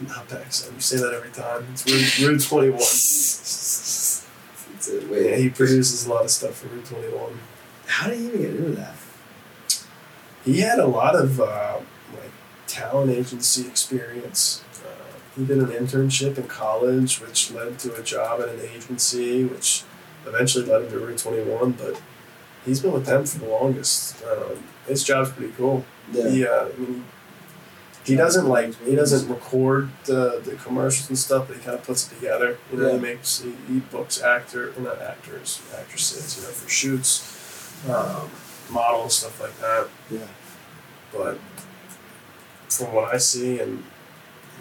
Not back son. You say that every time. It's Route, Route Twenty One.
It's a
Yeah,
way.
he produces a lot of stuff for Route Twenty One.
How did he even get into that?
He had a lot of uh, like talent agency experience. Uh, he did an internship in college, which led to a job at an agency, which eventually led him to Route Twenty One. But he's been with them for the longest. Um, his job's pretty cool.
Yeah.
He, uh, I mean, he doesn't like he doesn't record the, the commercials and stuff, but he kind of puts it together. You know,
Yeah.
he makes he, he books actor well, not actors actresses you know for shoots, um, models stuff like that.
Yeah.
But from what I see and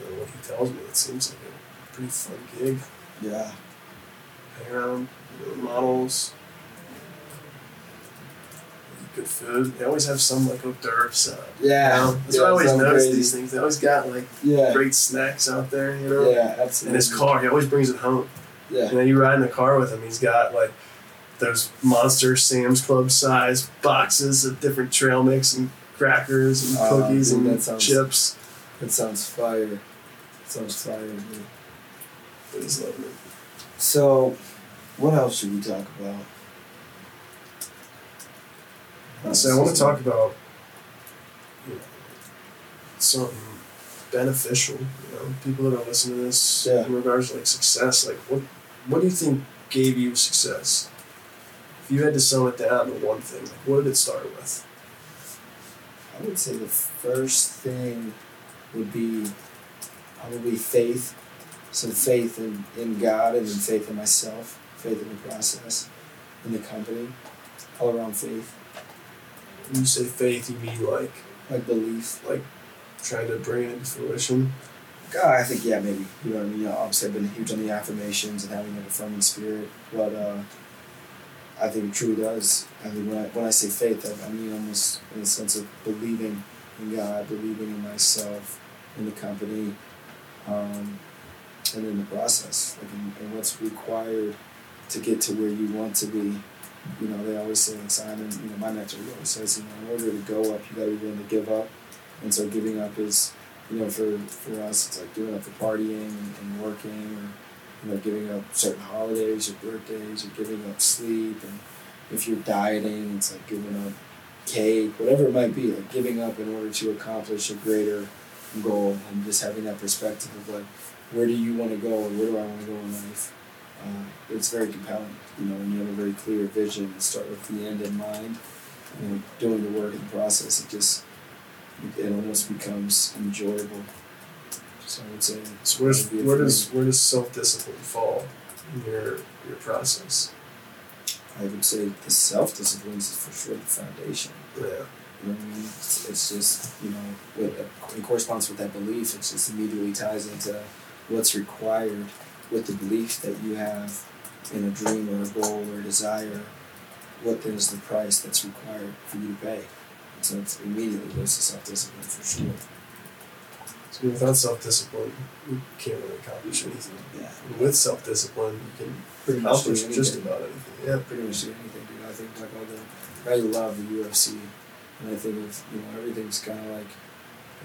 you know, what he tells me, it seems like a pretty fun gig.
Yeah.
Hang around, you know, models. Good food. They always have some like hors d'oeuvres. Uh,
Yeah.
you know? That's
yeah,
why I always
something
notice
crazy.
these things. They always got like
Yeah.
great snacks out there, you know.
Yeah, absolutely.
In his car, he always brings it home.
Yeah.
You know, you ride in the car with him. He's got like those monster Sam's Club size boxes of different trail mix and crackers and
Oh,
cookies
dude,
and
that sounds-
chips.
That sounds fire. sounds fire. to me.
But he's loving it.
So, what else should we talk about?
So I want to talk about you know, something beneficial. You know, people that are listening to this
Yeah.
in regards to like success. Like, what what do you think gave you success? If you had to sum it down to one thing, like what did it start with?
I would say the first thing would be probably faith. Some faith in, in God and then faith in myself, faith in the process, in the company, all around faith,
When you say faith, you mean like
like belief.
trying to bring it into fruition.
God, I think, yeah, maybe. You know what I mean? You know, obviously, I've been huge on the affirmations and having an affirming spirit, but uh, I think it truly does. I think when I, when I say faith, I, I mean almost in the sense of believing in God, believing in myself, in the company, um, and in the process, like in, in what's required to get to where you want to be. You know, they always say, like Simon, you know, my mentor he always says, you know, in order to go up, you got to be willing to give up. And so giving up is, you know, for, for us, it's like giving up the partying and, and working or, you know, giving up certain holidays or birthdays or giving up sleep. And if you're dieting, it's like giving up cake, whatever it might be, like giving up in order to accomplish a greater goal and just having that perspective of like, where do you want to go and where do I want to go in life? Uh, it's very compelling, you know, when you have a very clear vision and start with the end in mind, you know, doing the work in the process, it just, it almost becomes enjoyable. So I would say,
So where's,
That'd be it
where
for
does where does self discipline fall in your your process?
I would say the self discipline is for sure the foundation.
Yeah.
You know what I mean? It's, it's just, you know, what it corresponds with that belief. It just immediately ties into what's required with the belief that you have in a dream or a goal or a desire. What then is the price that's required for you to pay? And so it's immediately goes to self discipline for sure.
So without self discipline, you can't really accomplish anything.
Yeah.
With self discipline, you can
Pretty much do
accomplish
anything.
just about anything. Yeah.
pretty much do anything, dude. I think like all the I love the UFC, and I think of you know everything's kind of like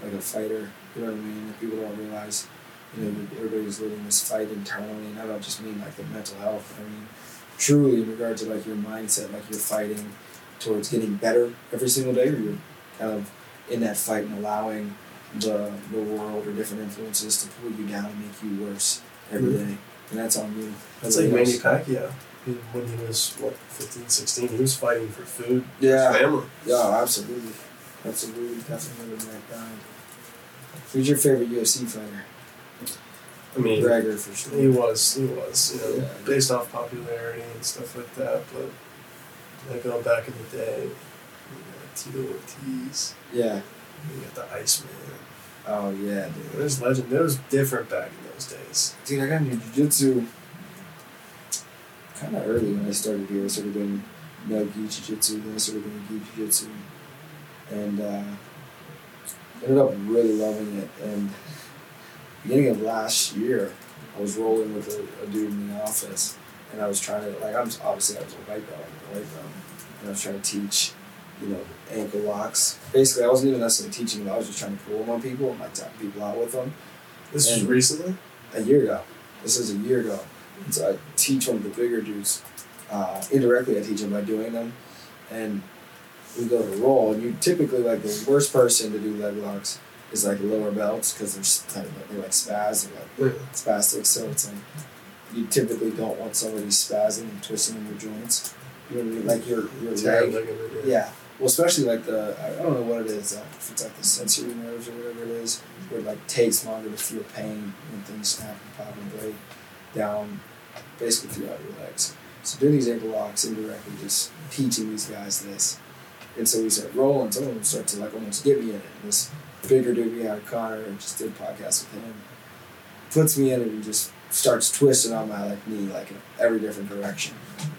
like a fighter. You know what I mean? That people don't realize. You know, that everybody's living this fight internally, and I don't just mean like the mental health. I mean, truly in regard to like your mindset, like you're fighting towards getting better every single day, or you're kind of in that fight and allowing the the world or different influences to pull you down and make you worse every
Mhm.
day, and that's on you.
That's like Manny Pacquiao. He- When he was, what, 15, 16, he was fighting for food,
Yeah.
his family.
Yeah, absolutely. Absolutely, definitely the right guy. Who's your favorite UFC fighter?
I mean,
McGregor for
he
sure.
was, he was, you know,
Yeah.
based off popularity and stuff like that. But, like, going back in the day, you know, Tito Ortiz,
Yeah.
you got the Iceman.
Oh yeah, dude.
There's legend. There was different back in those days.
Dude, I got into jujitsu kind of early when I started here. I started doing no gi jiu-jitsu, then I started doing gi jiu-jitsu, and uh, ended up really loving it. And beginning of last year, I was rolling with a, a dude in the office, and I was trying to like I'm obviously I was a white belt, I'm a white belt, and I was trying to teach, you know, ankle locks. Basically, I wasn't even necessarily teaching, but I was just trying to pull them on people and like tap people out with them.
This was
And-
recently.
A year ago, this is a year ago, and so I teach one of the bigger dudes. Uh, indirectly, I teach him by doing them, and we go to roll. And you typically like the worst person to do leg locks is like lower belts because they're s- kind of like- they're like spaz, they're like spastic. So it's like you typically don't want somebody spazzing and twisting in your joints. You know what I mean? Like your your
Tear
leg.
ligament,
Yeah. Well, especially like the I I don't know what it is. Uh, if it's like the sensory nerves or whatever it is, where it like takes longer to feel pain when things snap and pop and break down, basically throughout your legs. So doing these ankle locks indirectly, just teaching these guys this. And so we start rolling. Some of them start to like almost get me in it. And this bigger dude we had, Connor, and just did a podcast with him, puts me in it and just starts twisting on my like knee like in every different direction.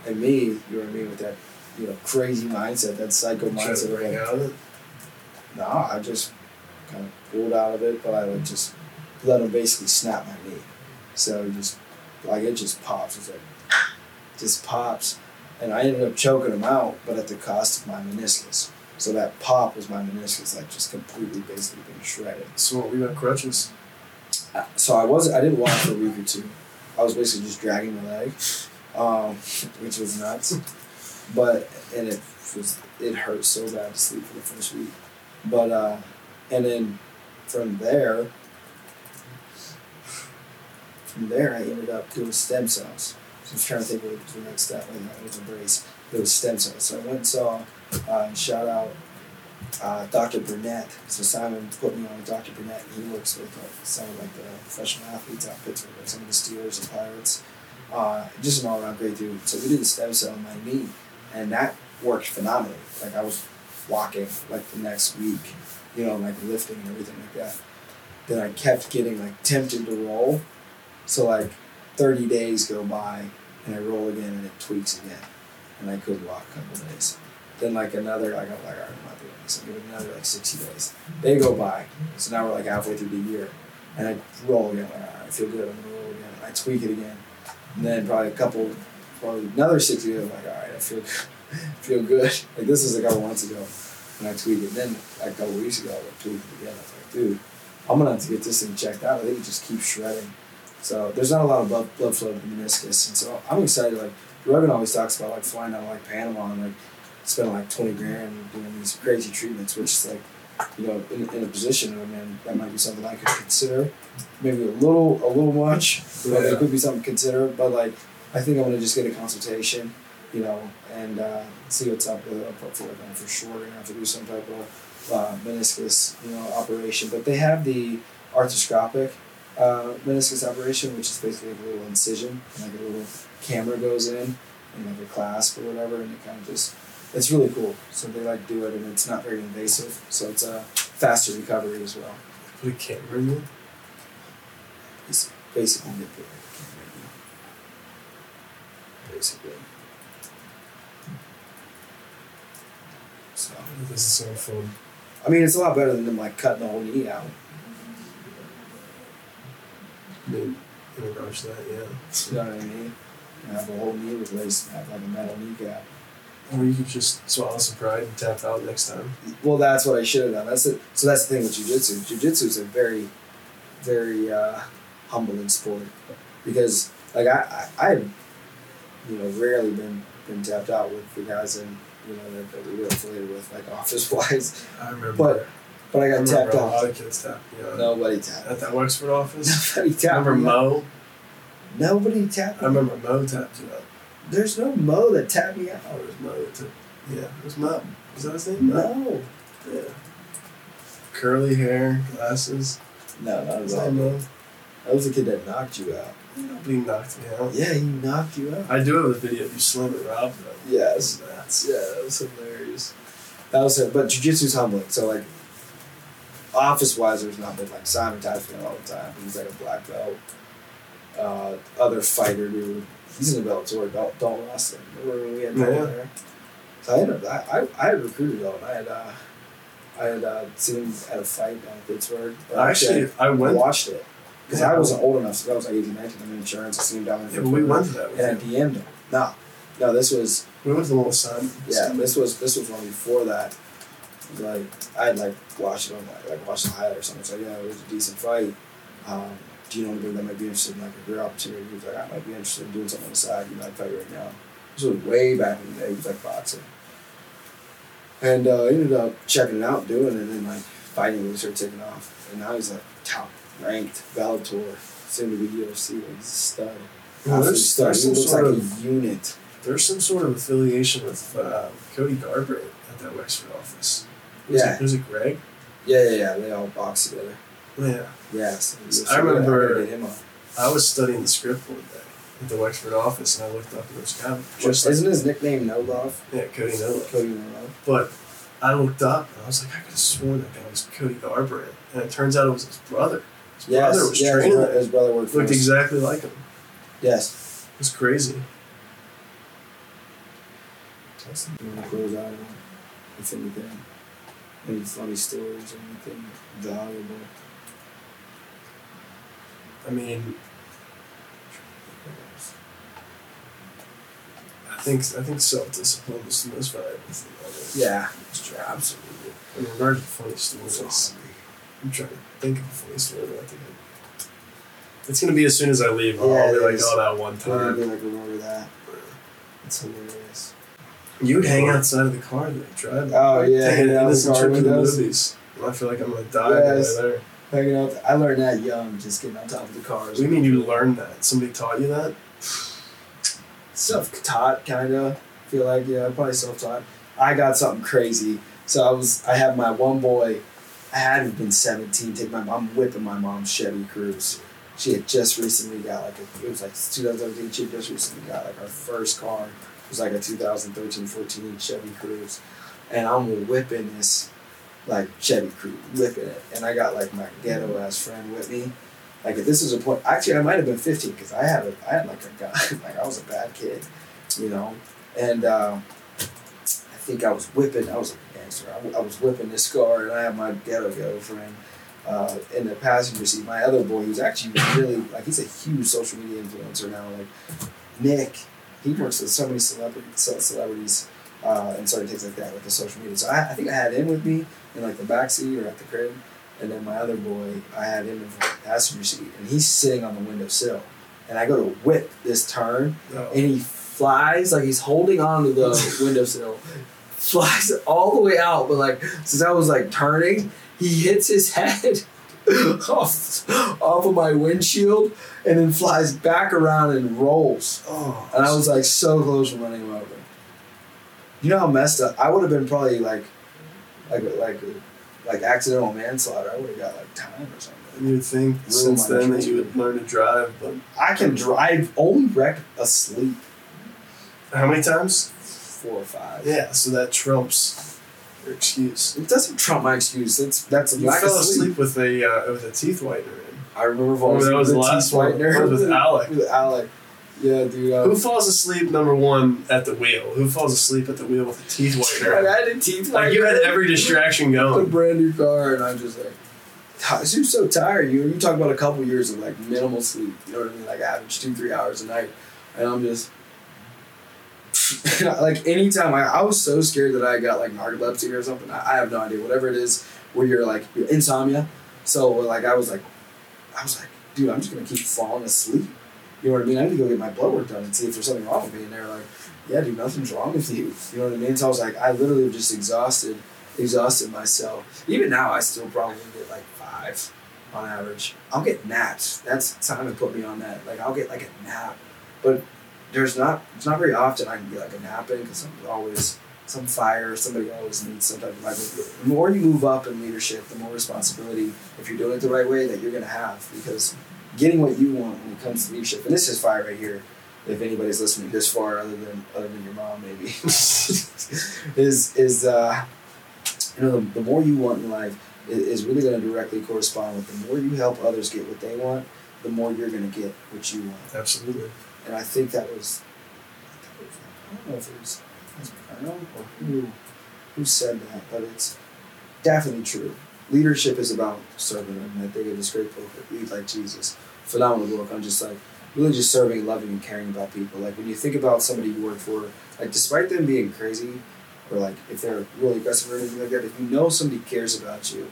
And me, you know what I mean, with that you know crazy mindset, that psycho
Try to
mindset. of,
bring
like,
out it.
no, I just kind of pulled out of it, but I like just let him basically snap my knee. So it just like it just pops. It's like just pops, and I ended up choking him out, but at the cost of my meniscus. So that pop was my meniscus, like just completely basically being shredded.
So what, we got crutches.
So I was I didn't walk for a week or two. I was basically just dragging my leg, um, which was nuts. But and it was it hurt so bad to sleep for the first week. But uh, and then from there, from there I ended up doing stem cells. So I was trying to think what was the next step. and that was a brace. It was stem cells. So I went and saw uh, and shout out uh, Dr. Burnett. So Simon put me on with Dr. Burnett, and he works with like, some of like the professional athletes out of Pittsburgh, like some of the Steelers and Pirates. Uh, just an all-around great dude. So we did a stem cell on my knee, and that worked phenomenally. Like I was walking like the next week, you know, like lifting and everything like that. Then I kept getting like tempted to roll. So like 30 days go by, and I roll again, and it tweaks again, and I couldn't walk a couple days then like another like I'm like, all right, I'm not doing this. I give it another like sixty days. They go by. So now we're like halfway through the year. And I roll again, like, all right, I feel good, I'm gonna roll again. I tweak it again. And then probably a couple probably another sixty days, I'm like, all right, I feel good feel good. Like this was a couple months ago. And I tweaked it. Then like a couple weeks ago I like, tweaked it again. I was like, dude, I'm gonna have to get this thing checked out. I think it just keeps shredding. So there's not a lot of blood, blood flow to the meniscus. And so I'm excited, like Rogan always talks about like flying out of like Panama and like spending like twenty grand doing these crazy treatments, which is like, you know, in, in a position I'm in, that might be something I could consider. Maybe a little, a little much, but it could be something to consider. But like, I think I'm gonna just get a consultation, you know, and uh, see what's up with it. I'll put forward on for sure. We're gonna have to do some type of uh, meniscus, you know, operation. But they have the arthroscopic. Uh, meniscus operation, which is basically like a little incision, and like a little camera goes in, and like a clasp or whatever, and it kind of just it's really cool. So they like do it, and it's not very invasive. So it's a faster recovery as well.
Put a camera in it.
It's basically nip it like a camera. Basically. So
This is so fun.
I mean, it's a lot better than them like cutting the whole knee out.
I mean, in regards to that, yeah.
You know what I mean? And have a whole knee replaced, and have like a metal kneecap.
Or you could just swallow some pride and tap out next time.
Well, that's what I should have done. That's it. So that's the thing with jujitsu. Jujitsu is a very, very uh, humbling sport because, like, I, I, I've, you know, rarely been been tapped out with the guys in, you know, that, that we were affiliated with, like office wise.
I remember.
But but I
I
got
remember
tapped
a lot
out.
of kids tapped me out.
Nobody tapped.
At that Wexford office.
Nobody
I
tapped.
remember
me out.
Mo.
Nobody tapped.
I
Me.
remember Mo tapped you out.
There's no Mo that tapped me out.
Oh, it was Mo that took- Yeah, it was Mo. Is that his name?
No,
Yeah. Curly hair, glasses.
no, not
His
at all.
name Mo.
That was the kid that knocked you out.
Nobody knocked me out.
Yeah, he knocked you out.
I do have a video of you slamming Rob though.
Yes.
That's
Yeah, that was hilarious. That was it. But jujitsu's humbling. So like, office wise, there's not been like Simon taps me all the time. He's like a black belt. Uh, other fighter dude. He's in the Bellator. Don't don't wrestling. Remember when we had that
Yeah.
there? So I ended up. I, I, I had recruited him. I had uh, I had uh, seen him at a fight down in Pittsburgh.
I actually I
I
went
watched it. Because I wasn't old enough, so I was like 18, 19. I'm in insurance. I seen him down there.
Yeah, but we went to that. With
And I
you.
DM'd him. No, no, this was
We went to the little sun.
Yeah, this was this was one before that. It was like I had like watched it on like, like watched the highlight or something. So yeah, it was a decent fight. Um, do you know anybody that might be interested in like a career opportunity? He was like, I might be interested in doing something on the side. You might fight right now. This was way back in the day. He was like boxing, and uh, he ended up checking it out, doing it, and then like fighting was started taking off, and now he's like top ranked Bellator, soon to be UFC. Like, he's a stud.
Well,
Absolute
there's,
stud.
there's
He
some
looks
sort
like
of
a unit.
there's some sort of affiliation with uh, Cody Garbrandt at that Wexford office. Who's
Yeah.
it, who's it Greg?
Yeah, yeah, yeah. They all box together.
Yeah,
Yes.
I remember-
Get him on.
I was studying the script one day at the Wexford office, and I looked up and it was kind of just
Just,
like,
isn't his nickname No Love?
yeah, Cody Nolan.
Cody No Love.
But I looked up and I was like, I could have sworn that guy was Cody Garbrandt, and it turns out it was his brother. His
Yes.
brother was
yeah, his,
training
bro-
him.
his brother worked for
Looked
us.
exactly like him.
Yes.
It was crazy.
That's something to close out on. If anything, any funny stories or anything valuable.
I mean, I think I think self discipline is the most valuable thing. Ever.
Yeah.
absolutely. In regards to funny stories, I'm trying to think of a funny story, but I think I- it's gonna be as soon as I leave. I'll
Yeah,
be
it
like,
is.
oh, that one
We're gonna
time.
be like remember that. It's hilarious.
You'd hang outside of the car and like, drive.
Oh, yeah,
Taking
yeah,
an
the
innocent
car
trip to the
windows.
movies. I feel like I'm gonna die
Yes.
right there.
Hanging out. I learned that young, just getting on top of the cars.
What do you mean you learned that? Somebody taught you that?
self-taught kind of feel like yeah probably self-taught i got something crazy so i was i had my one boy i had to have been 17 take my i'm whipping my mom's chevy cruise she had just recently got like a, it was like 2013 she had just recently got like her first car it was like a 2013-14 chevy cruise and i'm whipping this like chevy cruise whipping it and i got like my ghetto ass friend with me like if this was a point, actually I might have been 15 because I had a, I had like a guy, like I was a bad kid, you know, and uh, I think I was whipping, I was like a gangster, I, w- I was whipping this car, and I had my ghetto ghetto friend uh, in the passenger seat. My other boy, who's actually really like he's a huge social media influencer now, like Nick, he works with so many celebrity ce- celebrities. Uh, and certain things like that with the social media. So I, I think I had him with me in like the back seat or at the crib, and then my other boy, I had him in the passenger seat, and he's sitting on the windowsill. And I go to whip this turn,
No.
and he flies like he's holding onto the windowsill, flies all the way out. But like since I was like turning, he hits his head off off of my windshield, and then flies back around and rolls.
Oh,
And I was like so close from running him over. You know how messed up I would have been probably like like like like accidental manslaughter. I would have got like time or something.
You'd think since
my
then that
dreams.
you would learn to drive, but
I can drive only wreck asleep
how many times?
four or five.
Yeah, so that trumps your excuse.
It doesn't trump my excuse. It's that's
You
lack
fell
of
asleep
sleep.
with a uh, with a teeth whitener in.
I remember falling
Remember that
asleep
was
with
the
a
last
teeth
one.
whitener.
That was with Alec.
With Alec. Yeah, dude. I
Who
was,
falls asleep number one at the wheel? Who falls asleep at the wheel with a teeth
I
whitener?
had a teeth whitener.
Like you had every distraction
a
going.
brand new car, and I'm just like, God, you're so tired. You you talk about a couple years of like minimal sleep. You know what I mean? Like average two three hours a night, and I'm just like anytime I, I was so scared that I got like narcolepsy or something. I, I have no idea. Whatever it is, where you're like you're insomnia. So like I was like, I was like, dude, I'm just gonna keep falling asleep. You know what I mean? I need to go get my blood work done and see if there's something wrong with me. And they're like, yeah, dude, nothing's wrong with you. You know what I mean? So I was like, I literally was just exhausted, exhausted myself. Even now, I still probably get like five on average. I'll get naps. That's time to put me on that. Like I'll get like a nap, but there's not. It's not very often I can get like a nap in because I'm always some fire. Somebody always needs some type of like. The more you move up in leadership, the more responsibility, if you're doing it the right way, that you're gonna have because getting what you want when it comes to leadership. And this is fire right here. If anybody's listening this far, other than other than your mom, maybe is is uh, you know the, the more you want in life i- is, is really going to directly correspond with the more you help others get what they want, the more you're going to get what you want.
Absolutely.
And I think that was, I don't know if it was, I don't know who, who said that, but it's definitely true. leadership is about serving them. I think of this great book, Lead Like Jesus. Phenomenal book on just like really just serving, loving, and caring about people. Like when you think about somebody you work for, like despite them being crazy or like if they're really aggressive or anything like that, if you know somebody cares about you,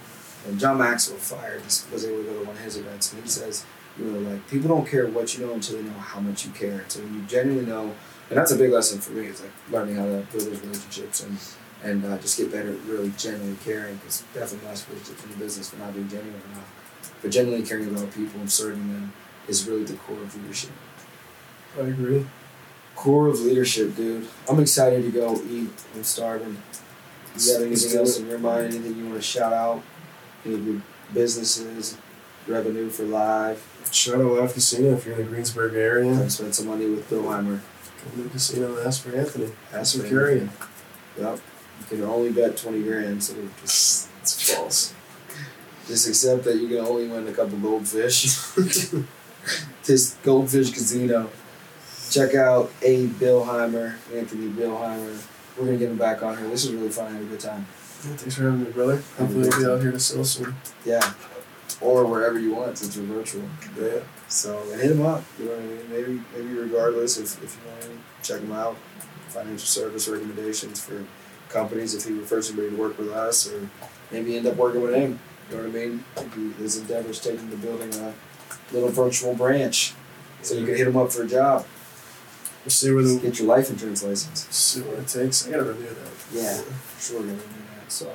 and John Maxwell fired this because they were go to one of his events, and he says, you know, like people don't care what you know until they know how much you care. So when you genuinely know, and that's a big lesson for me. It's like learning how to build those relationships and and uh, just get better at really genuinely caring because definitely lost relationships in the business for not being genuine enough. But genuinely caring about people and serving them is really the core of leadership.
I agree.
Core of leadership, dude. I'm excited to go eat. I'm starving. You got anything else in your mind? Anything you want to shout out? Any of your businesses, revenue for live?
Shout out Live Casino if you're in the Greensburg area.
I've spent some money with Bill Weimer.
Come to the casino and ask for Anthony.
Ask
for
for
Carrion.
Yep. You can only bet 20 grand, so just,
It's it's false.
just accept that you can only win a couple goldfish. this Goldfish Casino. Check out A. Billheimer, Anthony Billheimer. We're going to get him back on here. This is really fun. I had a good time.
Yeah, thanks for having me, brother. Hopefully, we'll be out here to sell soon.
Yeah. Or wherever you want since we're virtual.
Yeah.
So and hit him up. You know what I mean? Maybe, maybe regardless, if, if you want to check him out, financial service recommendations for companies if he refers somebody to work with us, or maybe end up working with him. You know what I mean? Maybe his endeavors taking to building a little virtual branch, so you can hit him up for a job,
We'll see where the
get your life insurance license.
see what it takes. I gotta renew that.
Yeah. Sure, gonna do that. So